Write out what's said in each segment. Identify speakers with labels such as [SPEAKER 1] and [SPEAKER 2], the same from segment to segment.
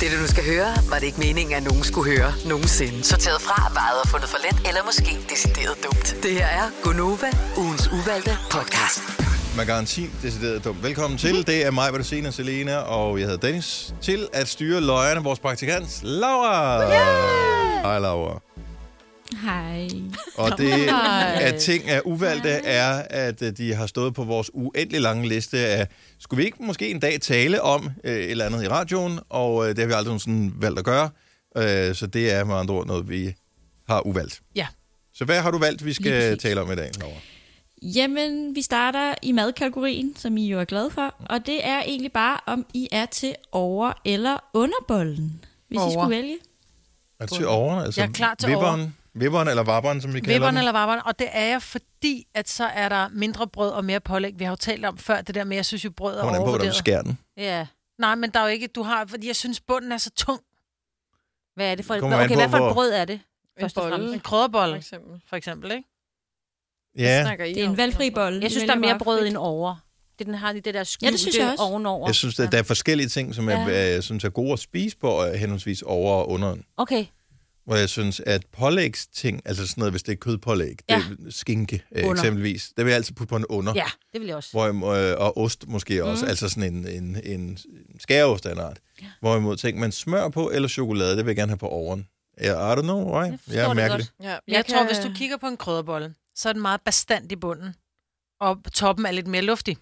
[SPEAKER 1] Det, du nu skal høre, var det ikke meningen, at nogen skulle høre nogensinde. Sorteret fra, vejet og fundet for let, eller måske decideret dumt. Det her er Gonova, ugens uvalgte podcast.
[SPEAKER 2] Man garanti decideret dumt. Velkommen til.
[SPEAKER 3] Mhm.
[SPEAKER 2] Det er mig, Bettina, Selena, og jeg hedder Dennis. Til at styre løjerne, vores praktikant, Laura. Hej, Laura.
[SPEAKER 4] Hej.
[SPEAKER 2] Og det,
[SPEAKER 4] Hej.
[SPEAKER 2] at ting er uvalgte, er, at øh, de har stået på vores uendelig lange liste af, skulle vi ikke måske en dag tale om øh, et eller andet i radioen, og øh, det har vi aldrig sådan valgt at gøre, øh, så det er med andre ord noget, vi har uvalgt.
[SPEAKER 3] Ja.
[SPEAKER 2] Så hvad har du valgt, vi
[SPEAKER 4] Lige
[SPEAKER 2] skal
[SPEAKER 4] præcis.
[SPEAKER 2] tale om i dag, Laura?
[SPEAKER 4] Jamen, vi starter i madkategorien, som I jo er glade for, og det er egentlig bare, om I er til over- eller underbollen, hvis over. I
[SPEAKER 3] Over.
[SPEAKER 4] skulle vælge.
[SPEAKER 2] Er du til over? Altså,
[SPEAKER 3] Jeg er klar til
[SPEAKER 2] vipperen, vipperen eller vapperen, som vi kalder
[SPEAKER 3] Vibberen
[SPEAKER 2] den?
[SPEAKER 3] eller vabberen, og det er jeg, fordi at så er der mindre brød og mere pålæg. Vi har jo talt om før det der med, jeg synes jo, brød er
[SPEAKER 2] Kommer an på, hvordan du
[SPEAKER 3] overvurderet.
[SPEAKER 2] skærer den.
[SPEAKER 5] Ja.
[SPEAKER 3] Nej, men der er jo ikke, du har, fordi jeg synes, bunden er så tung.
[SPEAKER 5] Hvad er det for et
[SPEAKER 2] Kommer
[SPEAKER 5] brød?
[SPEAKER 2] an
[SPEAKER 5] Okay,
[SPEAKER 2] på,
[SPEAKER 5] hvad for
[SPEAKER 2] hvor-
[SPEAKER 5] et brød er det?
[SPEAKER 6] En
[SPEAKER 5] Først og fremmest.
[SPEAKER 6] bolle,
[SPEAKER 3] En krødderbolle,
[SPEAKER 6] for eksempel.
[SPEAKER 3] for eksempel, ikke?
[SPEAKER 6] Hvad
[SPEAKER 2] Ja,
[SPEAKER 6] snakker I
[SPEAKER 4] Det er en
[SPEAKER 6] om?
[SPEAKER 4] valgfri bolle.
[SPEAKER 5] Jeg synes,
[SPEAKER 4] I
[SPEAKER 5] der er
[SPEAKER 4] vælger
[SPEAKER 5] mere
[SPEAKER 4] bare
[SPEAKER 5] brød
[SPEAKER 4] frit.
[SPEAKER 5] end over. Det den har lige det der skjulte
[SPEAKER 4] Ja, det synes jeg også.
[SPEAKER 5] ovenover.
[SPEAKER 2] jeg synes, at der er forskellige ting, som jeg ja. øh, synes er gode at spise på, og henholdsvis over og underen.
[SPEAKER 5] Okay,
[SPEAKER 2] hvor jeg synes, at pålægsting, altså sådan noget, hvis det er kødpålæg, ja.
[SPEAKER 5] Ja.
[SPEAKER 2] det er skinke øh,
[SPEAKER 5] Under.
[SPEAKER 2] eksempelvis, det vil jeg altid putte på en under.
[SPEAKER 5] ja, det vil jeg også.
[SPEAKER 2] Hvor, øh, og ost måske også, altså sådan en, en, en skæreost af en art. Ja. Hvorimod tænker man smør på eller chokolade, det vil jeg gerne have på overen. Ja, I don't know, why?
[SPEAKER 5] forstår
[SPEAKER 2] Jeg er
[SPEAKER 5] det
[SPEAKER 2] mærkelig.
[SPEAKER 5] godt.
[SPEAKER 6] Ja,
[SPEAKER 3] Jeg, jeg tror, hvis du kigger på en krødderbolle, så er den meget bestand i bunden. Og toppen er lidt mere luftig.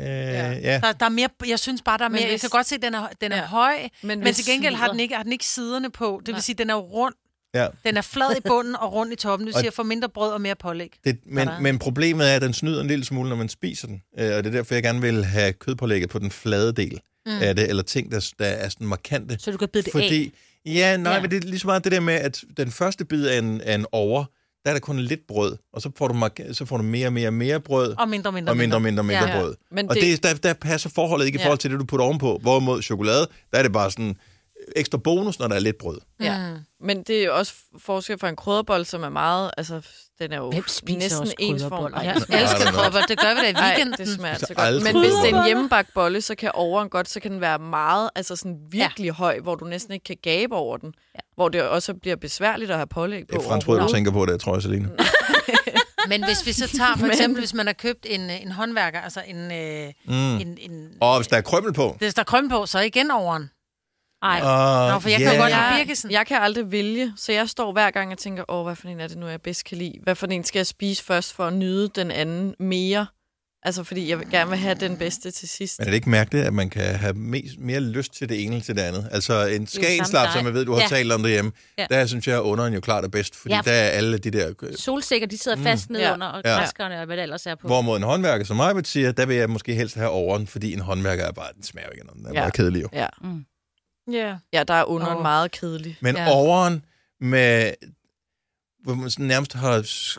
[SPEAKER 2] Øh,
[SPEAKER 6] Ja.
[SPEAKER 2] ja.
[SPEAKER 3] Der, der er mere, jeg synes bare, der er
[SPEAKER 6] Men
[SPEAKER 3] mere... Jeg
[SPEAKER 6] hvis-
[SPEAKER 3] kan godt se, at den er, den er
[SPEAKER 6] Ja.
[SPEAKER 3] høj,
[SPEAKER 6] Men,
[SPEAKER 3] men
[SPEAKER 6] hvis-
[SPEAKER 3] til gengæld har den, ikke, har den ikke siderne på. Det vil
[SPEAKER 6] Nej.
[SPEAKER 3] sige, at den er rund.
[SPEAKER 2] Ja.
[SPEAKER 3] Den er flad i bunden og rund i toppen. Det vil
[SPEAKER 2] Og-
[SPEAKER 3] sige, at få mindre brød og mere pålæg.
[SPEAKER 2] Det, men,
[SPEAKER 3] Sådan.
[SPEAKER 2] men problemet er, at den snyder en lille smule, når man spiser den. Øh, og det er derfor, jeg gerne vil have kødpålægget på den flade del mm. af det, eller ting, der, der er sådan markante.
[SPEAKER 5] Så du kan bide det af.
[SPEAKER 2] Fordi, ja, nej, ja.
[SPEAKER 5] Ja.
[SPEAKER 2] men det er lige så meget det der med, at den første bid af en, af en over, der er der kun lidt brød, og så får du, mark- så får du mere og mere og mere brød,
[SPEAKER 3] Og mindre, mindre,
[SPEAKER 2] og mindre og mindre, og mindre
[SPEAKER 3] Ja.
[SPEAKER 2] brød.
[SPEAKER 6] Men
[SPEAKER 2] Og det, der, der passer forholdet ikke i
[SPEAKER 6] Ja.
[SPEAKER 2] forhold til det, du putter ovenpå. Hvorimod chokolade, der er det bare sådan øh, ekstra bonus, når der er lidt brød.
[SPEAKER 3] Mm.
[SPEAKER 6] Ja. Men det er jo også forskel fra en krydderbold, som er meget... Altså, den er jo
[SPEAKER 5] Hvem spiser
[SPEAKER 6] næsten
[SPEAKER 5] også
[SPEAKER 6] ensform.
[SPEAKER 5] krydderboller?
[SPEAKER 6] Ej,
[SPEAKER 3] Jeg
[SPEAKER 2] Ja, det er
[SPEAKER 3] elsker krødderbolle. Det gør vi da i
[SPEAKER 6] Ej,
[SPEAKER 3] weekenden.
[SPEAKER 6] det smager
[SPEAKER 2] Altså,
[SPEAKER 6] så godt.
[SPEAKER 2] aldrig
[SPEAKER 6] Men hvis det er
[SPEAKER 2] krydderboller.
[SPEAKER 6] en hjemmebagt bolle, så kan overen godt, så kan den være meget, altså sådan virkelig ja. høj, hvor du næsten ikke kan gabe over den. Ja. Hvor det også bliver besværligt at have pålæg
[SPEAKER 2] Det
[SPEAKER 6] på.
[SPEAKER 2] er fransk brød, du
[SPEAKER 6] overhovedet.
[SPEAKER 2] tænker på, det tror jeg, Selina.
[SPEAKER 3] Men hvis vi så tager for eksempel, hvis man har købt en, øh, en håndværker, altså en, øh,
[SPEAKER 2] Mm.
[SPEAKER 3] en, en
[SPEAKER 2] Og hvis der er krømmel på.
[SPEAKER 3] hvis der er krømme på, så igen overen.
[SPEAKER 5] Ej,
[SPEAKER 2] Nå,
[SPEAKER 3] Nå, for jeg
[SPEAKER 2] Ah,
[SPEAKER 3] kan jo godt lide
[SPEAKER 6] Jeg,
[SPEAKER 3] Birkesen.
[SPEAKER 6] jeg kan aldrig vælge, så jeg står hver gang og tænker, åh, hvad for en er det nu, jeg bedst kan lide? Hvad for en skal jeg spise først for at nyde den anden mere? Altså, fordi jeg gerne vil have den bedste til sidst.
[SPEAKER 2] Men er det ikke mærkeligt, at man kan have mest, mere lyst til det ene end til det andet? Altså en skagenslap,
[SPEAKER 5] samme
[SPEAKER 2] som
[SPEAKER 5] dej.
[SPEAKER 2] jeg ved, du har ja.
[SPEAKER 5] Ja.
[SPEAKER 2] talt om derhjemme, ja.
[SPEAKER 5] Ja.
[SPEAKER 2] der synes jeg, at underen jo klart er bedst, fordi ja.
[SPEAKER 5] Ja.
[SPEAKER 2] der er alle de der...
[SPEAKER 5] solsikker, de sidder fast ned
[SPEAKER 6] Ja.
[SPEAKER 5] under, og
[SPEAKER 2] Mm. Ja.
[SPEAKER 5] græskerne og hvad det ellers er på.
[SPEAKER 2] Hvorimod en håndværker, som mig siger, der vil jeg måske helst have overen, fordi en håndværker er bare, den smager jo ikke af noget, den er ja.
[SPEAKER 6] Ja.
[SPEAKER 2] bare kedelig jo.
[SPEAKER 6] Ja,
[SPEAKER 3] Ja.
[SPEAKER 6] ja der er under
[SPEAKER 3] Åh.
[SPEAKER 6] oh. meget kedelig.
[SPEAKER 2] Men ja.
[SPEAKER 3] Ja.
[SPEAKER 2] overen med, hvor man sådan nærmest har s-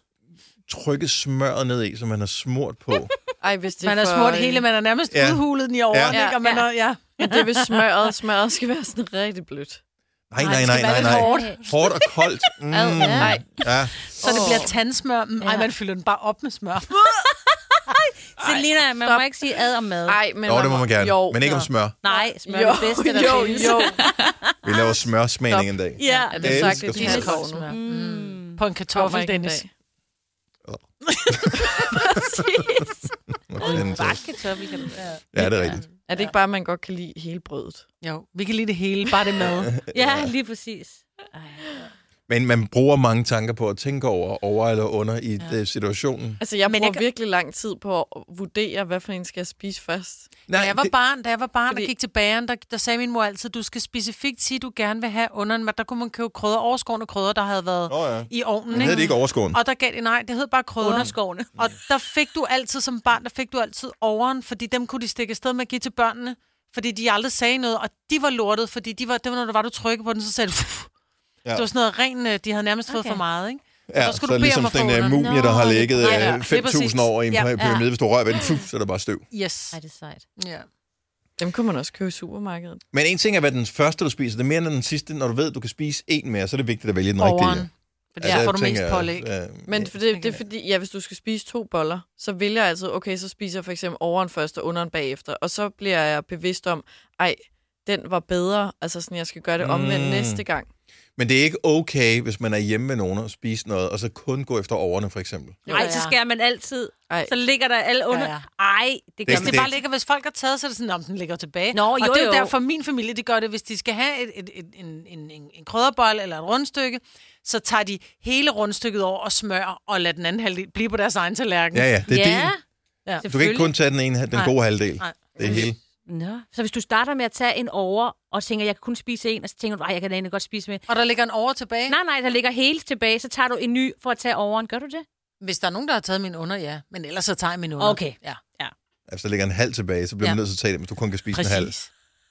[SPEAKER 2] trykket smøret ned i, som man har smurt på.
[SPEAKER 6] Ej, hvis det
[SPEAKER 3] Man har
[SPEAKER 6] for,
[SPEAKER 3] smurt
[SPEAKER 6] øh,
[SPEAKER 3] hele, man har nærmest
[SPEAKER 2] Ja.
[SPEAKER 3] ja. udhulet den i overen,
[SPEAKER 2] Ja.
[SPEAKER 3] ja. ikke? Og man
[SPEAKER 6] Ja.
[SPEAKER 3] er, ja.
[SPEAKER 6] Men det er ved smøret. Smøret skal være sådan rigtig blødt.
[SPEAKER 2] Nej,
[SPEAKER 5] det
[SPEAKER 2] nej,
[SPEAKER 5] skal
[SPEAKER 2] nej, nej,
[SPEAKER 5] være lidt
[SPEAKER 2] nej.
[SPEAKER 5] hårdt.
[SPEAKER 2] Hårdt og koldt. Mm,
[SPEAKER 5] Ad, ja.
[SPEAKER 2] ja.
[SPEAKER 6] Nej.
[SPEAKER 2] ja.
[SPEAKER 3] Så det bliver tandsmør. Mm, Ej,
[SPEAKER 5] Ja.
[SPEAKER 3] man fylder den bare op med smør.
[SPEAKER 5] Selina, man må ikke sige ad om mad.
[SPEAKER 6] Ej, men
[SPEAKER 2] Jo, det må man gerne,
[SPEAKER 6] Jo,
[SPEAKER 2] men ikke om smør.
[SPEAKER 5] Nej, smør er
[SPEAKER 6] jo,
[SPEAKER 5] det bedste, der
[SPEAKER 6] jo,
[SPEAKER 5] findes.
[SPEAKER 6] jo.
[SPEAKER 2] Vi laver smørsmagning en dag.
[SPEAKER 5] Ja.
[SPEAKER 6] Er
[SPEAKER 2] Jeg
[SPEAKER 6] det sagt,
[SPEAKER 2] elsker
[SPEAKER 6] det
[SPEAKER 2] smør.
[SPEAKER 6] er
[SPEAKER 3] Iskoldt
[SPEAKER 6] smør.
[SPEAKER 3] smør.
[SPEAKER 6] nu.
[SPEAKER 5] Mm.
[SPEAKER 3] På en
[SPEAKER 6] Kommer
[SPEAKER 3] kartoffel,
[SPEAKER 6] ikke en
[SPEAKER 3] Dennis.
[SPEAKER 6] dag.
[SPEAKER 2] Hvor fanden så?
[SPEAKER 5] Bare kartoffel kan det være.
[SPEAKER 2] Ja, det er rigtigt.
[SPEAKER 6] Er det ikke bare, at man godt kan lide hele brødet?
[SPEAKER 3] Jo, vi kan lide det hele, bare det mad.
[SPEAKER 5] Ja, lige præcis.
[SPEAKER 2] Men man bruger mange tanker på at tænke over, over eller under i ja. situationen.
[SPEAKER 6] Altså, jeg
[SPEAKER 3] Men jeg
[SPEAKER 6] bruger
[SPEAKER 3] kan-
[SPEAKER 6] virkelig lang tid på at vurdere, hvad for en skal jeg spise først.
[SPEAKER 3] Da jeg var
[SPEAKER 2] det,
[SPEAKER 3] barn, da jeg var barn Fordi...
[SPEAKER 6] Fordi-
[SPEAKER 3] og gik til bageren, der, der sagde min mor altid, du skal specifikt sige, du gerne vil have under en mad. Der kunne man købe krydder, overskårende krydder, der havde været
[SPEAKER 2] Nå ja.
[SPEAKER 3] i ovnen.
[SPEAKER 2] det hedder det ikke overskåren.
[SPEAKER 3] Og der gav det, nej, det hed bare krydder.
[SPEAKER 5] Underskovene.
[SPEAKER 3] Og der fik du altid som barn, der fik du altid overen, fordi dem kunne de stikke afsted med at give til børnene, fordi de aldrig sagde noget, og de var lortet, fordi de var, det var, når du var, du trykkede på den, så sagde du, "Fuh."
[SPEAKER 2] Ja.
[SPEAKER 3] det var sådan noget ren, øh, de havde nærmest fået
[SPEAKER 5] Okay.
[SPEAKER 3] for meget, ikke?
[SPEAKER 2] Ja,
[SPEAKER 3] så
[SPEAKER 2] så,
[SPEAKER 3] skal
[SPEAKER 2] så
[SPEAKER 3] du
[SPEAKER 2] er det
[SPEAKER 3] bede
[SPEAKER 2] ligesom
[SPEAKER 3] om at få
[SPEAKER 2] sådan en øh,
[SPEAKER 3] under.
[SPEAKER 2] mumie, der har ligget
[SPEAKER 3] nej, ja,
[SPEAKER 2] øh,
[SPEAKER 3] det er
[SPEAKER 2] 5.000 år i en
[SPEAKER 3] præcis.
[SPEAKER 2] ja,
[SPEAKER 3] Ja,
[SPEAKER 2] pyramide. Hvis du rører ved den, fuh, så er der bare støv.
[SPEAKER 3] Yes.
[SPEAKER 5] Ej, det er sejt.
[SPEAKER 3] Ja.
[SPEAKER 6] Dem kunne man også købe i supermarkedet.
[SPEAKER 2] Men en ting er, hvad den første, du spiser. Det er mere end den sidste. Når du ved, at du kan spise en mere, så er det vigtigt at vælge den rigtige.
[SPEAKER 3] Overen. Fordi
[SPEAKER 2] Altså,
[SPEAKER 3] så får du mest
[SPEAKER 2] tænker jeg,
[SPEAKER 3] pålæg.
[SPEAKER 2] øh,
[SPEAKER 6] Men for det,
[SPEAKER 3] kan
[SPEAKER 6] det er
[SPEAKER 3] jeg-
[SPEAKER 6] fordi, ja, hvis du skal spise to boller, så vælger jeg altid, okay, så spiser jeg for eksempel overen først og underen bagefter. Og så bliver jeg bevidst om, ej, den var bedre. Altså sådan, jeg skal gøre det omvendt
[SPEAKER 2] Mm.
[SPEAKER 6] mm. næste gang.
[SPEAKER 2] Men det er ikke okay, hvis man er hjemme med nogen og spiser noget, og så kun gå efter overne, for eksempel.
[SPEAKER 6] Jo,
[SPEAKER 5] Ej,
[SPEAKER 3] ja.
[SPEAKER 5] så skærer man altid.
[SPEAKER 6] Ej.
[SPEAKER 5] Så ligger der alle under.
[SPEAKER 3] Ja,
[SPEAKER 5] Ej, det gør
[SPEAKER 2] er
[SPEAKER 5] det,
[SPEAKER 3] Hvis
[SPEAKER 5] man
[SPEAKER 3] det
[SPEAKER 2] det-
[SPEAKER 3] bare ligger, hvis folk har taget, så er det sådan, om den ligger tilbage.
[SPEAKER 5] Nå,
[SPEAKER 3] og
[SPEAKER 5] jo,
[SPEAKER 3] det er jo,
[SPEAKER 5] jo.
[SPEAKER 3] derfor, min familie, de gør det, hvis de skal have et, et, et, en, en, en, en krydderbolle eller et rundstykke, så tager de hele rundstykket over og smører, og lader den anden halvdel blive på deres egen tallerken.
[SPEAKER 2] Ja, ja, det er
[SPEAKER 5] ja,
[SPEAKER 2] din.
[SPEAKER 3] Ja.
[SPEAKER 2] Du kan ikke kun tage den ene, den
[SPEAKER 5] Nej.
[SPEAKER 2] gode halvdel.
[SPEAKER 3] Nej.
[SPEAKER 2] Det er hele.
[SPEAKER 5] Nå. Så hvis du starter med at tage en over, og tænker, jeg kan kun spise en, og så tænker du, nej, jeg kan da egentlig godt spise med.
[SPEAKER 3] Og der ligger en over tilbage.
[SPEAKER 5] Nej, nej, der ligger hele tilbage, så tager du en ny for at tage overen. Gør du det?
[SPEAKER 3] Hvis der er nogen, der har taget min under, ja. Men ellers så tager jeg min under.
[SPEAKER 5] Okay.
[SPEAKER 3] Ja,
[SPEAKER 2] Altså, der ligger en halv tilbage, så bliver
[SPEAKER 3] Ja.
[SPEAKER 2] man nødt til at tage det, hvis du kun kan spise en halv.
[SPEAKER 3] præcis.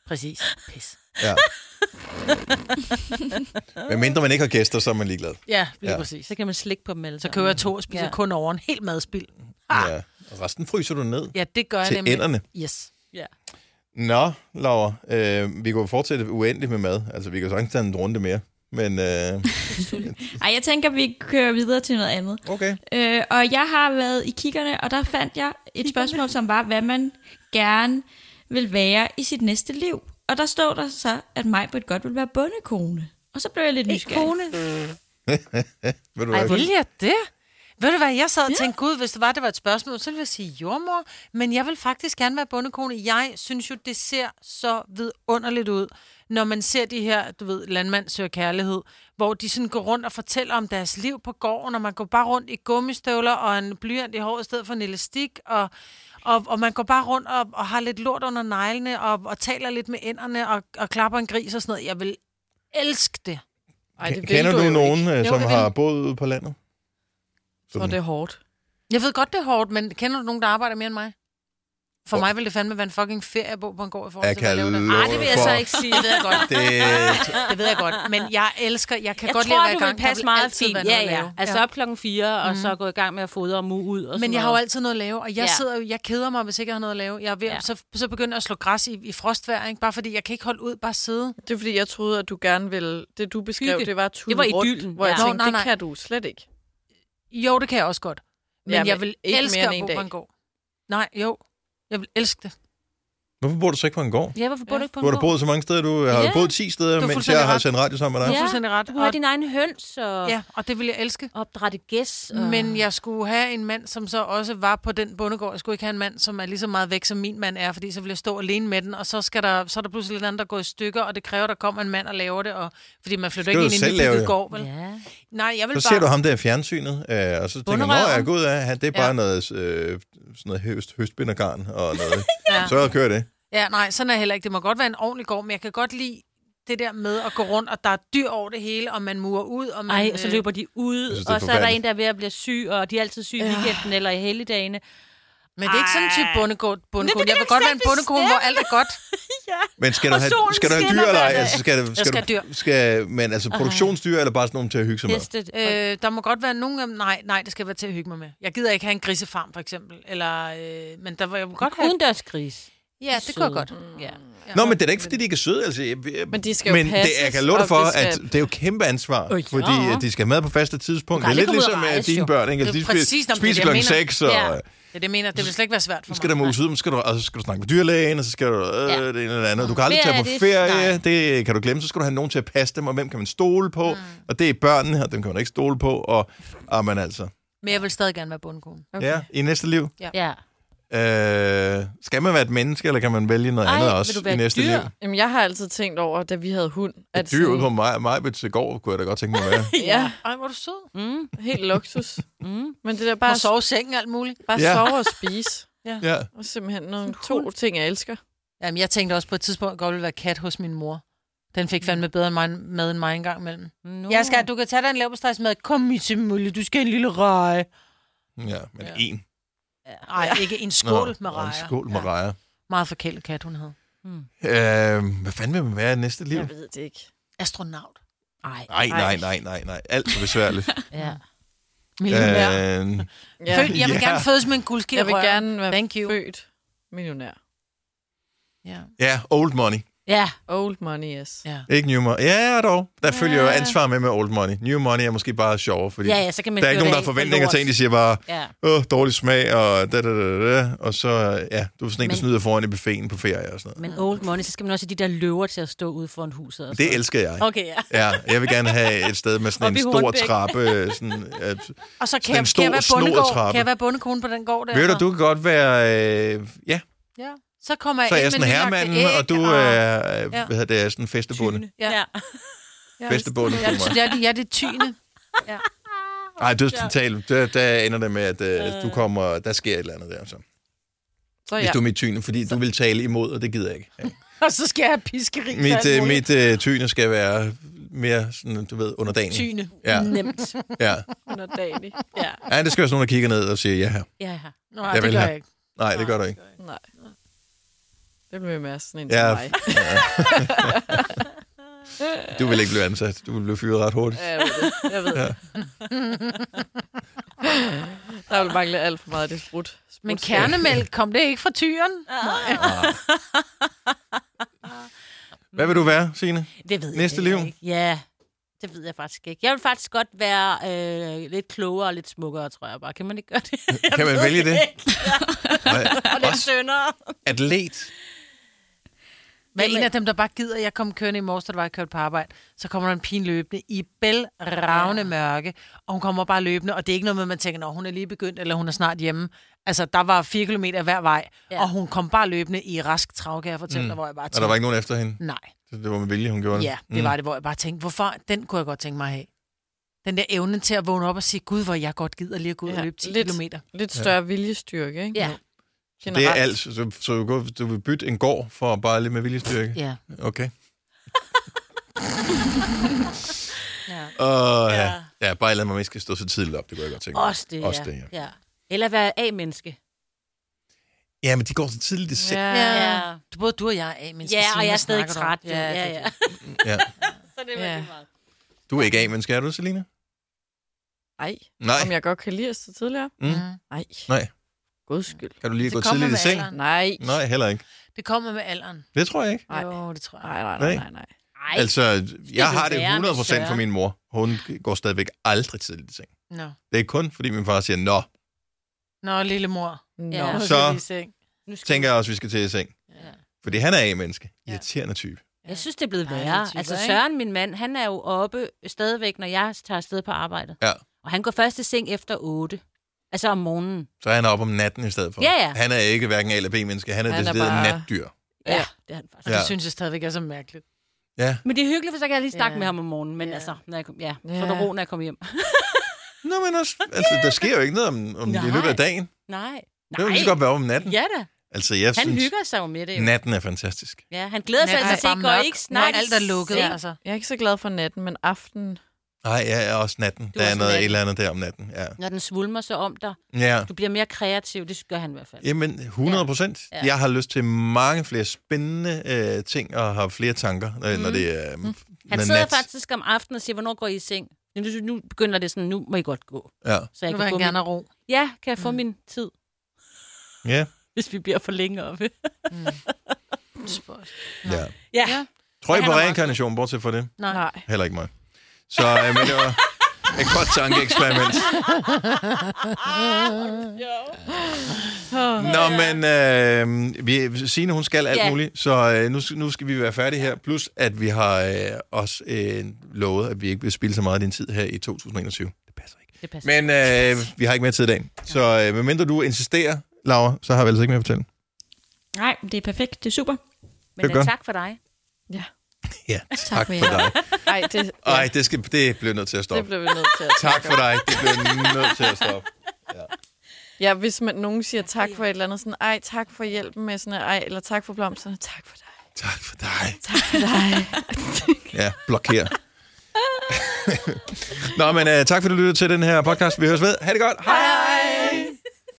[SPEAKER 3] Præcis. Pis.
[SPEAKER 2] Ja. Men mindre man ikke har gæster, så er man ligeglad.
[SPEAKER 3] Ja,
[SPEAKER 2] Ja.
[SPEAKER 3] lige ja. præcis.
[SPEAKER 5] Så kan man slikke på dem alle
[SPEAKER 3] Så kører jeg to og spiser ja.
[SPEAKER 5] Ja.
[SPEAKER 3] kun over en helt madspild.
[SPEAKER 2] Ja. Og resten fryser du ned
[SPEAKER 3] Ah. Ja, det gør jeg
[SPEAKER 2] til
[SPEAKER 3] nemlig.
[SPEAKER 2] enderne.
[SPEAKER 3] Yes.
[SPEAKER 2] Nå, Laura, øh, vi kan jo fortsætte uendeligt med mad. Altså, vi kan jo sagtens tage en runde mere. Men øh,
[SPEAKER 4] Ej, jeg tænker, vi kører videre til noget andet.
[SPEAKER 2] okay.
[SPEAKER 4] Øh, og jeg har været i kiggerne, og der fandt jeg et spørgsmål, som var, hvad man gerne vil være i sit næste liv. Og der stod der så, at Majbrit godt vil være bondekone. Og så blev jeg lidt nysgerrig.
[SPEAKER 5] Kone.
[SPEAKER 2] Ved du
[SPEAKER 3] Ej,
[SPEAKER 2] hvad?
[SPEAKER 3] vil jeg det? Ved du hvad, jeg sad og tænkte, gud, hvis det var, det var et spørgsmål, så ville jeg sige jordmor, men jeg vil faktisk gerne være bondekone. Jeg synes jo, det ser så vidunderligt ud, når man ser de her, du ved, landmand søger kærlighed, hvor de sådan går rundt og fortæller om deres liv på gården, og man går bare rundt i gummistøvler og en blyant i håret i stedet for en elastik, og, og, og man går bare rundt og, og har lidt lort under neglene, og, og taler lidt med ænderne, og, og klapper en gris og sådan noget. Jeg vil elske det.
[SPEAKER 6] Ej,
[SPEAKER 2] Ken- Kender du,
[SPEAKER 6] jo
[SPEAKER 2] nogen,
[SPEAKER 6] ikke.
[SPEAKER 2] øh, som
[SPEAKER 6] det
[SPEAKER 2] har boet ude på landet?
[SPEAKER 6] Hvor det er hårdt.
[SPEAKER 3] Jeg ved godt, det er hårdt, men kender du nogen, der arbejder mere end mig? For mig ville det fandme være en fucking ferie at bo på en gård i forhold
[SPEAKER 2] Jeg
[SPEAKER 3] til, hvad
[SPEAKER 2] kan
[SPEAKER 3] jeg laver der.
[SPEAKER 2] love
[SPEAKER 3] Ej, det vil jeg
[SPEAKER 2] for-
[SPEAKER 3] så ikke sige. Det ved jeg godt.
[SPEAKER 2] Det,
[SPEAKER 3] Det ved jeg godt. Men jeg elsker, jeg kan
[SPEAKER 5] Jeg
[SPEAKER 3] godt
[SPEAKER 5] tror,
[SPEAKER 3] lide at være i
[SPEAKER 5] du
[SPEAKER 3] gang.
[SPEAKER 5] vil
[SPEAKER 3] Jeg
[SPEAKER 5] passe
[SPEAKER 3] vil
[SPEAKER 5] meget
[SPEAKER 3] altid
[SPEAKER 5] fint.
[SPEAKER 3] være
[SPEAKER 5] Ja,
[SPEAKER 3] noget at
[SPEAKER 5] ja.
[SPEAKER 3] lave.
[SPEAKER 5] Altså op klokken fire, og så gå i gang med at fodre og mu ud. Og sådan
[SPEAKER 3] Men jeg har jo
[SPEAKER 5] noget.
[SPEAKER 3] altid noget at lave, og jeg
[SPEAKER 5] Ja.
[SPEAKER 3] sidder jo, jeg keder mig, hvis ikke jeg har noget at lave. Jeg er ved, ja.
[SPEAKER 5] Ja.
[SPEAKER 3] så, så begynder jeg at slå græs i, i frostvejr, ikke? bare fordi jeg kan ikke holde ud, bare sidde.
[SPEAKER 6] Det er fordi, jeg troede, at du gerne ville... Det, du beskrev,
[SPEAKER 5] Hygge.
[SPEAKER 6] det var at tulle
[SPEAKER 5] Det var idyllen,
[SPEAKER 6] rundt, hvor jeg
[SPEAKER 5] ja.
[SPEAKER 6] tænkte,
[SPEAKER 3] Nå, nej, nej.
[SPEAKER 6] det kan du slet ikke.
[SPEAKER 3] Jo, det kan jeg også godt. Men
[SPEAKER 6] Ja,
[SPEAKER 3] jeg
[SPEAKER 6] men
[SPEAKER 3] vil
[SPEAKER 6] ikke
[SPEAKER 3] elske
[SPEAKER 6] mere
[SPEAKER 3] at
[SPEAKER 6] end en
[SPEAKER 3] bo på
[SPEAKER 6] dag.
[SPEAKER 3] en gård. Nej, jo. Jeg vil elske det.
[SPEAKER 2] hvorfor bor du så ikke på en gård?
[SPEAKER 5] Ja, hvorfor bor du ikke på
[SPEAKER 2] Du har
[SPEAKER 5] en
[SPEAKER 2] da
[SPEAKER 5] gård?
[SPEAKER 2] boet så mange steder. Du har
[SPEAKER 5] Ja.
[SPEAKER 2] boet 10 steder,
[SPEAKER 3] Du har
[SPEAKER 2] mens jeg
[SPEAKER 3] fuldstændig
[SPEAKER 2] har
[SPEAKER 3] ret.
[SPEAKER 2] sendt radio sammen med
[SPEAKER 3] Du
[SPEAKER 2] dig.
[SPEAKER 3] har
[SPEAKER 5] Ja.
[SPEAKER 3] fuldstændig ret.
[SPEAKER 5] Du har
[SPEAKER 3] Og,
[SPEAKER 5] din egen høns og
[SPEAKER 3] ja, og det vil jeg elske.
[SPEAKER 5] opdrætte gæs. Og...
[SPEAKER 3] Men jeg skulle have en mand, som så også var på den bondegård. Jeg skulle ikke have en mand, som er lige så meget væk, som min mand er, fordi så ville jeg stå alene med den, og så, skal der, så er der pludselig lidt andet, der går i stykker, og det kræver, at der kommer en mand og laver det, og, fordi man
[SPEAKER 2] Skal
[SPEAKER 3] flytter ikke
[SPEAKER 2] du
[SPEAKER 3] ind i en
[SPEAKER 2] selv lave
[SPEAKER 3] nybygget
[SPEAKER 2] det?
[SPEAKER 3] gård, vel? Ja.
[SPEAKER 5] Ja.
[SPEAKER 3] Nej, jeg vil
[SPEAKER 2] Så
[SPEAKER 3] bare...
[SPEAKER 2] ser du ham der i fjernsynet, øh, og så tænker du,
[SPEAKER 3] Bonderøven.
[SPEAKER 2] jeg går ud af, det er bare
[SPEAKER 3] Ja.
[SPEAKER 2] noget, øh, sådan noget høst, høstbindergarn og noget.
[SPEAKER 3] Ja.
[SPEAKER 2] Så kører det.
[SPEAKER 3] Ja, nej, sådan er jeg heller ikke. Det må godt være en ordentlig gård, men jeg kan godt lide det der med at gå rundt, og der er dyr over det hele, og man murer ud, og man... øh,
[SPEAKER 5] Ej, og så løber de ud,
[SPEAKER 2] synes,
[SPEAKER 5] synes,
[SPEAKER 2] det er
[SPEAKER 5] og så er der
[SPEAKER 2] forfærdeligt.
[SPEAKER 5] en, der er ved at blive syg, og de er altid syge i weekenden eller i helligdagene.
[SPEAKER 3] Øh, men det er ikke sådan en type bondegård. bondegård.
[SPEAKER 5] kan
[SPEAKER 3] Jeg vil
[SPEAKER 5] man
[SPEAKER 3] godt
[SPEAKER 5] selv
[SPEAKER 3] være en bondegård, hvor alt er godt.
[SPEAKER 2] Men skal du
[SPEAKER 5] Og
[SPEAKER 2] have,
[SPEAKER 5] solen
[SPEAKER 2] skal du have dyr
[SPEAKER 5] skinner
[SPEAKER 2] eller ej?
[SPEAKER 5] hver dag.
[SPEAKER 2] Altså, skal, du, skal,
[SPEAKER 3] skal
[SPEAKER 2] du,
[SPEAKER 3] have dyr.
[SPEAKER 2] Skal, men altså produktionsdyr, eller bare sådan nogle til at hygge sig med?
[SPEAKER 5] Heste. Øh,
[SPEAKER 3] Øh, der må godt være nogen af dem. Nej, nej, det skal være til at hygge mig med. Jeg gider ikke have en grisefarm, for eksempel. Eller, øh, men der var jeg må godt have...
[SPEAKER 5] Udendørsgris. Mm.
[SPEAKER 3] Ja, det kunne jeg godt.
[SPEAKER 5] Ja.
[SPEAKER 2] Nå, men det er da ikke, fordi de ikke er søde. Altså, jeg, jeg-
[SPEAKER 6] Men de skal jo
[SPEAKER 2] men det,
[SPEAKER 6] passes,
[SPEAKER 2] jeg kan love dig
[SPEAKER 6] og
[SPEAKER 2] for,
[SPEAKER 6] det skal-
[SPEAKER 2] at det er jo kæmpe ansvar,
[SPEAKER 5] Øh, ja.
[SPEAKER 2] fordi at de skal have mad på faste tidspunkt.
[SPEAKER 5] Du
[SPEAKER 2] Det er
[SPEAKER 5] kan
[SPEAKER 2] lidt
[SPEAKER 5] aldrig
[SPEAKER 2] ligesom
[SPEAKER 5] komme ud og
[SPEAKER 2] med
[SPEAKER 5] rejse,
[SPEAKER 2] dine
[SPEAKER 5] jo.
[SPEAKER 2] børn, ikke? Altså,
[SPEAKER 3] Det
[SPEAKER 2] de
[SPEAKER 3] er
[SPEAKER 2] spiser,
[SPEAKER 3] præcis, om det er
[SPEAKER 2] spiser
[SPEAKER 3] det, jeg
[SPEAKER 2] klokken
[SPEAKER 3] mener.
[SPEAKER 2] 6, og
[SPEAKER 5] Ja.
[SPEAKER 3] Det er det, jeg mener. Det vil slet ikke være svært for
[SPEAKER 2] så skal
[SPEAKER 3] mig.
[SPEAKER 2] der mose ud, men så skal du, og så skal du snakke med dyrlægen, og så skal du øh,
[SPEAKER 5] Ja.
[SPEAKER 2] det ene eller det andet. Du kan aldrig
[SPEAKER 5] Ferie,
[SPEAKER 2] tage
[SPEAKER 5] det
[SPEAKER 2] på
[SPEAKER 5] er-
[SPEAKER 2] ferie,
[SPEAKER 5] nej.
[SPEAKER 2] det kan du glemme. Så skal du have nogen til at passe dem, og hvem kan man stole på?
[SPEAKER 5] Mm.
[SPEAKER 2] Og det er børnene, og dem kan man ikke stole på. Og, og man altså,
[SPEAKER 3] Men jeg vil stadig gerne være bundkone.
[SPEAKER 2] okay. ja, i næste liv.
[SPEAKER 5] ja.
[SPEAKER 2] Øh, skal man være et menneske, eller kan man vælge noget
[SPEAKER 5] Ej,
[SPEAKER 2] andet
[SPEAKER 5] vil
[SPEAKER 2] også
[SPEAKER 5] du være
[SPEAKER 2] i næste
[SPEAKER 5] et dyr?
[SPEAKER 2] liv?
[SPEAKER 6] Jamen, jeg har altid tænkt over, da vi havde hund,
[SPEAKER 2] Et dyr ude på mig, mig ved til gård, kunne jeg da godt tænke mig at være.
[SPEAKER 6] Ja,
[SPEAKER 3] Ej, hvor er du sød.
[SPEAKER 5] Mm.
[SPEAKER 6] helt luksus.
[SPEAKER 5] Mm.
[SPEAKER 6] Men det der
[SPEAKER 3] Bare
[SPEAKER 6] bare,
[SPEAKER 3] sove i sengen og alt muligt.
[SPEAKER 6] bare
[SPEAKER 2] Ja.
[SPEAKER 6] sove og spise.
[SPEAKER 2] ja.
[SPEAKER 6] Det er simpelthen nogle, to ting, jeg elsker.
[SPEAKER 3] Jamen, jeg tænkte også på et tidspunkt, at jeg godt ville være kat hos min mor. Den fik fandme bedre end mig, med end mig engang imellem.
[SPEAKER 5] No.
[SPEAKER 3] Mm. Jeg skal, du kan tage dig en leverpostejsmad. Kom, Misse Mølle, du skal have en lille reje.
[SPEAKER 2] ja, men
[SPEAKER 3] Ja.
[SPEAKER 2] en.
[SPEAKER 3] Nej, ikke en skål med
[SPEAKER 2] og En
[SPEAKER 3] rejer.
[SPEAKER 2] skål med
[SPEAKER 3] Ja.
[SPEAKER 2] rejer.
[SPEAKER 3] Meget forkælet kat, hun hed.
[SPEAKER 2] Øh, hvad fanden vil man være i næste liv?
[SPEAKER 6] Jeg ved det ikke.
[SPEAKER 3] Astronaut.
[SPEAKER 5] Ej,
[SPEAKER 2] Nej, nej, nej, nej, nej. Alt for besværligt.
[SPEAKER 5] Ja.
[SPEAKER 3] Millionær.
[SPEAKER 2] øh,
[SPEAKER 6] Ja.
[SPEAKER 3] Født, jeg vil
[SPEAKER 2] Ja.
[SPEAKER 3] gerne fødes med en guldske
[SPEAKER 6] Jeg vil gerne være
[SPEAKER 3] Thank you.
[SPEAKER 6] født millionær.
[SPEAKER 3] Ja.
[SPEAKER 2] ja, old money.
[SPEAKER 5] Ja.
[SPEAKER 6] Old money, yes.
[SPEAKER 3] Ja.
[SPEAKER 2] Ikke new money. Ja, dog. Der følger jo ansvar med med old money. New money er måske bare sjovere, fordi
[SPEAKER 5] Ja, ja, så kan man
[SPEAKER 2] der er
[SPEAKER 5] købe
[SPEAKER 2] ikke nogen, der
[SPEAKER 5] det
[SPEAKER 2] har
[SPEAKER 5] af for
[SPEAKER 2] forventninger til
[SPEAKER 5] lort.
[SPEAKER 2] en. De siger bare,
[SPEAKER 5] Ja.
[SPEAKER 2] åh, dårlig smag, og da, da, da, da, da. Og så, ja, du er sådan en, der snyder foran i buffeten på ferie og sådan noget.
[SPEAKER 5] Men old money, så skal man også have de der løver til at stå ude foran huset. Og sådan
[SPEAKER 2] Det elsker jeg.
[SPEAKER 5] noget. Okay, ja.
[SPEAKER 2] Ja, jeg vil gerne have et sted med sådan
[SPEAKER 5] Oppe
[SPEAKER 2] en
[SPEAKER 5] i
[SPEAKER 2] stor
[SPEAKER 5] Hornbæk.
[SPEAKER 2] trappe. øh, Sådan, at,
[SPEAKER 3] Og så kan,
[SPEAKER 2] Sådan
[SPEAKER 3] jeg,
[SPEAKER 2] en
[SPEAKER 3] kan, jeg
[SPEAKER 2] stor
[SPEAKER 3] være bondegård,
[SPEAKER 2] snodetrappe.
[SPEAKER 3] kan jeg være bondekone på den gård der?
[SPEAKER 2] ved du, du kan godt være... Øh, ja,
[SPEAKER 3] Ja. Så kommer jeg
[SPEAKER 2] så er
[SPEAKER 3] ind
[SPEAKER 2] jeg
[SPEAKER 3] med
[SPEAKER 2] sådan
[SPEAKER 3] nylagte
[SPEAKER 2] herremanden,
[SPEAKER 3] æg,
[SPEAKER 2] og du
[SPEAKER 3] og-
[SPEAKER 2] er, øh,
[SPEAKER 3] ja.
[SPEAKER 2] hvad hedder det, er sådan festebunde.
[SPEAKER 5] Ja. ja.
[SPEAKER 3] Ja,
[SPEAKER 2] Bedstebunde,
[SPEAKER 3] jeg,
[SPEAKER 2] tror jeg.
[SPEAKER 3] jeg, jeg, jeg er det tyne.
[SPEAKER 2] Nej, du skal tale. Der, der ender det med, at øh, du kommer, der sker et eller andet der, så.
[SPEAKER 6] Så
[SPEAKER 2] Hvis
[SPEAKER 6] ja.
[SPEAKER 2] du er mit tyne, fordi du vil tale imod, og det gider jeg ikke. Ja.
[SPEAKER 3] Og så skal jeg have piskeri. for
[SPEAKER 2] øh, Mit,
[SPEAKER 3] alt
[SPEAKER 2] øh,
[SPEAKER 3] muligt.
[SPEAKER 2] mit øh, tyne skal være mere sådan, du ved, underdanig.
[SPEAKER 3] Tyne.
[SPEAKER 2] Ja,
[SPEAKER 5] Nemt.
[SPEAKER 2] ja.
[SPEAKER 6] underdanig.
[SPEAKER 5] Ja.
[SPEAKER 2] ja, det skal også nogen, der kigger ned og siger ja her.
[SPEAKER 5] Ja, ja.
[SPEAKER 3] Nå,
[SPEAKER 2] Jeg
[SPEAKER 3] det
[SPEAKER 2] vil
[SPEAKER 3] gør
[SPEAKER 2] have-
[SPEAKER 3] jeg ikke.
[SPEAKER 2] Nej, det gør du ikke.
[SPEAKER 6] Nej. Det blev mere sådan en
[SPEAKER 2] Ja.
[SPEAKER 6] ja. mig.
[SPEAKER 2] Du vil ikke blive ansat. Du vil blive fyret ret hurtigt.
[SPEAKER 6] Ja, jeg ved det. Jeg ved det. Der ville mangle alt for meget af det sprut.
[SPEAKER 3] Men kernemælk, kom det ikke fra tyren?
[SPEAKER 2] Hvad vil du være, Signe?
[SPEAKER 5] Det ved
[SPEAKER 2] Næste
[SPEAKER 5] jeg
[SPEAKER 2] liv?
[SPEAKER 5] ikke. Ja, det ved jeg faktisk ikke. Jeg vil faktisk godt være øh, lidt klogere og lidt smukkere, tror jeg bare. Kan man ikke gøre det? Jeg
[SPEAKER 2] Kan man
[SPEAKER 5] ved
[SPEAKER 2] vælge det?
[SPEAKER 5] ikke.
[SPEAKER 2] Nej.
[SPEAKER 5] Og lidt
[SPEAKER 2] Også
[SPEAKER 5] sønder.
[SPEAKER 2] atlet.
[SPEAKER 3] Men en af dem, der bare gider, jeg kom kørende i morges, da det var, jeg kørte på arbejde, så kommer der en pin løbende i bælragende mørke, og hun kommer bare løbende, og det er ikke noget med, at man tænker, når hun er lige begyndt, eller hun er snart hjemme. Altså, der var 4 km hver vej,
[SPEAKER 5] Ja.
[SPEAKER 3] ja. og hun kom bare løbende i rask trav, kan jeg fortælle dig, hvor jeg bare
[SPEAKER 2] Mm. Og der
[SPEAKER 3] tænkte,
[SPEAKER 2] var ikke nogen efter hende.
[SPEAKER 3] nej,
[SPEAKER 2] Så Det var med vilje, hun gjorde det. Mm.
[SPEAKER 3] ja, det var det, hvor jeg bare tænkte, hvorfor, den kunne jeg godt tænke mig at have. Den der evne til at vågne op og sige, gud, hvor jeg godt gider lige at gå ud ja,
[SPEAKER 6] Ja,
[SPEAKER 3] og løbe 10
[SPEAKER 6] lidt.
[SPEAKER 3] kilometer.
[SPEAKER 6] Lidt større viljestyrke, ikke?
[SPEAKER 5] Ja.
[SPEAKER 2] Mm. Det er alt. Så, så du, går- du vil bytte en gård for bare lidt med viljestyrke?
[SPEAKER 3] Ja.
[SPEAKER 2] Okay.
[SPEAKER 5] Ja.
[SPEAKER 2] Og
[SPEAKER 5] Ja.
[SPEAKER 2] ja. ja, bare et eller andet, man ikke skal stå så tidligt op. Det kunne jeg godt tænke mig.
[SPEAKER 5] Også det, ja.
[SPEAKER 2] Også det, ja.
[SPEAKER 5] ja. Eller være A-menneske.
[SPEAKER 2] Ja, men de går så tidligt i seng. Ja.
[SPEAKER 6] Ja.
[SPEAKER 5] Ja.
[SPEAKER 3] Du, både du og jeg er A-mennesker.
[SPEAKER 5] Ja,
[SPEAKER 3] Signe,
[SPEAKER 5] og jeg er
[SPEAKER 3] hvad
[SPEAKER 5] stadig
[SPEAKER 3] snakker du om?
[SPEAKER 5] træt. jo. Ja, ja,
[SPEAKER 3] det er
[SPEAKER 5] ja.
[SPEAKER 3] det.
[SPEAKER 2] ja.
[SPEAKER 5] Så det var
[SPEAKER 6] Ja.
[SPEAKER 5] lige meget.
[SPEAKER 2] Du er ikke af, men skal du, Selina?
[SPEAKER 6] Ej,
[SPEAKER 2] Nej.
[SPEAKER 6] om jeg godt kan lide at stå tidligere?
[SPEAKER 2] Mm.
[SPEAKER 6] Nej.
[SPEAKER 2] Nej.
[SPEAKER 6] Guds skyld.
[SPEAKER 2] Kan du lige
[SPEAKER 3] Det
[SPEAKER 2] gå
[SPEAKER 3] kommer
[SPEAKER 2] tidligt i
[SPEAKER 3] med
[SPEAKER 2] seng?
[SPEAKER 3] alderen.
[SPEAKER 6] Nej.
[SPEAKER 2] Nej, heller ikke.
[SPEAKER 3] Det kommer med alderen.
[SPEAKER 2] Det tror jeg ikke.
[SPEAKER 6] Nej.
[SPEAKER 3] Jo, det tror jeg.
[SPEAKER 6] Nej, nej, nej,
[SPEAKER 2] Nej.
[SPEAKER 6] nej, nej.
[SPEAKER 5] Ej,
[SPEAKER 2] Altså, jeg
[SPEAKER 5] vil
[SPEAKER 2] har det
[SPEAKER 5] være med
[SPEAKER 2] 100% for
[SPEAKER 5] Søren.
[SPEAKER 2] min mor. Hun går stadigvæk aldrig tidligt i seng.
[SPEAKER 3] Nå.
[SPEAKER 2] Det er kun, fordi min far siger, nå,
[SPEAKER 3] Nå, lille mor.
[SPEAKER 6] Nå.
[SPEAKER 5] Ja.
[SPEAKER 3] Nu
[SPEAKER 2] Så-
[SPEAKER 3] skal vi i seng.
[SPEAKER 5] nu skal
[SPEAKER 2] tænker jeg også, vi skal til i seng.
[SPEAKER 5] Ja.
[SPEAKER 2] Fordi han er A-menneske. Irriterende type.
[SPEAKER 5] Jeg synes, det er blevet
[SPEAKER 3] Dejlige
[SPEAKER 5] værre.
[SPEAKER 3] typer,
[SPEAKER 5] Altså
[SPEAKER 3] ikke?
[SPEAKER 5] Søren, min mand, han er jo oppe stadigvæk, når jeg tager afsted på arbejde.
[SPEAKER 2] Ja.
[SPEAKER 5] Og han går først i seng efter 8. Altså om morgenen.
[SPEAKER 2] Så er han oppe om natten i stedet for.
[SPEAKER 5] Ja, ja.
[SPEAKER 2] Han er ikke hverken A eller B-menneske. Han er,
[SPEAKER 6] Han er
[SPEAKER 2] decideret
[SPEAKER 6] bare-
[SPEAKER 2] natdyr.
[SPEAKER 5] Ja, ja det er han faktisk.
[SPEAKER 3] Og
[SPEAKER 2] Ja.
[SPEAKER 3] ja. det synes jeg stadigvæk er så mærkeligt.
[SPEAKER 2] Ja.
[SPEAKER 5] Men det er hyggeligt, for så kan jeg lige snakke
[SPEAKER 3] Ja.
[SPEAKER 5] med ham om morgenen. Men
[SPEAKER 3] Ja.
[SPEAKER 5] altså, når jeg kom, ja, så
[SPEAKER 6] Ja.
[SPEAKER 5] er der ro, når jeg kommer hjem.
[SPEAKER 2] Nå, men også, altså, der sker jo ikke noget om, om i
[SPEAKER 5] Nej.
[SPEAKER 2] løbet af dagen.
[SPEAKER 5] Nej.
[SPEAKER 2] Det vil lige så
[SPEAKER 5] Nej.
[SPEAKER 2] godt være om natten.
[SPEAKER 5] Ja da.
[SPEAKER 2] Altså, jeg
[SPEAKER 5] Han
[SPEAKER 2] synes,
[SPEAKER 5] hygger sig jo med det. Jo.
[SPEAKER 2] natten er fantastisk.
[SPEAKER 5] Ja, han glæder sig
[SPEAKER 6] Natten
[SPEAKER 5] altså
[SPEAKER 6] er
[SPEAKER 5] til, at I går ikke snart
[SPEAKER 3] når alt er lukket,
[SPEAKER 5] Ja.
[SPEAKER 3] altså.
[SPEAKER 6] Jeg er ikke så glad for natten, men aften...
[SPEAKER 2] Nej, jeg er også natten.
[SPEAKER 5] Du
[SPEAKER 2] der
[SPEAKER 5] er
[SPEAKER 2] er
[SPEAKER 5] også
[SPEAKER 2] noget, et
[SPEAKER 5] natten.
[SPEAKER 2] eller andet der om natten. Ja.
[SPEAKER 5] Når den svulmer så om dig.
[SPEAKER 2] ja.
[SPEAKER 5] Du bliver mere kreativ, det gør han i hvert fald.
[SPEAKER 2] Jamen, 100 procent. Ja.
[SPEAKER 5] Ja.
[SPEAKER 2] Jeg har lyst til mange flere spændende øh, ting og har flere tanker, øh, når det er øh, mm.
[SPEAKER 5] Mhm. Han sidder faktisk om aftenen og siger, hvornår går I i seng? Nu, nu- nu begynder det sådan, nu må I godt gå.
[SPEAKER 2] Ja.
[SPEAKER 5] Så jeg
[SPEAKER 3] Nu vil
[SPEAKER 5] kan få
[SPEAKER 3] han
[SPEAKER 5] min...
[SPEAKER 3] gerne have ro.
[SPEAKER 5] Ja, kan jeg få mm. min tid,
[SPEAKER 2] Ja.
[SPEAKER 5] hvis vi bliver for længe oppe.
[SPEAKER 2] ja. Tror I
[SPEAKER 5] Ja. Ja,
[SPEAKER 2] på
[SPEAKER 5] han er meget
[SPEAKER 2] reinkarnation, bortset fra det?
[SPEAKER 3] Nej.
[SPEAKER 6] Nej.
[SPEAKER 2] Heller ikke mig. Så øh, men det var et godt tankeeksperiment. Nå, men øh, vi, Signe, hun skal alt
[SPEAKER 5] Ja.
[SPEAKER 2] muligt, så øh, nu, skal- nu skal vi være færdige her. Plus, at vi har øh, også øh, lovet, at vi ikke vil spille så meget af din tid her i 2021. Det passer ikke.
[SPEAKER 5] Det passer.
[SPEAKER 2] Men øh, vi har ikke mere tid i dag. Så øh, medmindre du insisterer, Laura, så har vi altså ikke mere at fortælle.
[SPEAKER 4] Nej, det er perfekt. Det er super.
[SPEAKER 5] Men
[SPEAKER 2] gør.
[SPEAKER 5] øh, tak for dig.
[SPEAKER 6] Ja.
[SPEAKER 2] Ja, tak
[SPEAKER 4] for
[SPEAKER 2] for dig.
[SPEAKER 6] Ej, det,
[SPEAKER 2] Ej, det, skal, det blev nødt til at
[SPEAKER 6] det
[SPEAKER 2] stoppe.
[SPEAKER 6] blev vi nødt til at
[SPEAKER 2] Tak
[SPEAKER 6] snakke
[SPEAKER 2] for dig. Det blev nødt til at stoppe.
[SPEAKER 6] Ja, hvis man, nogen siger tak for et eller andet, sådan, ej, tak for hjælpen med sådan, ej, eller tak for blomsterne, tak for dig.
[SPEAKER 2] Tak for dig.
[SPEAKER 6] Tak for dig.
[SPEAKER 2] Ja, blokér. øh, Nå, men uh, tak fordi du lyttede til den her podcast. Vi høres ved. Ha' det godt. Hej.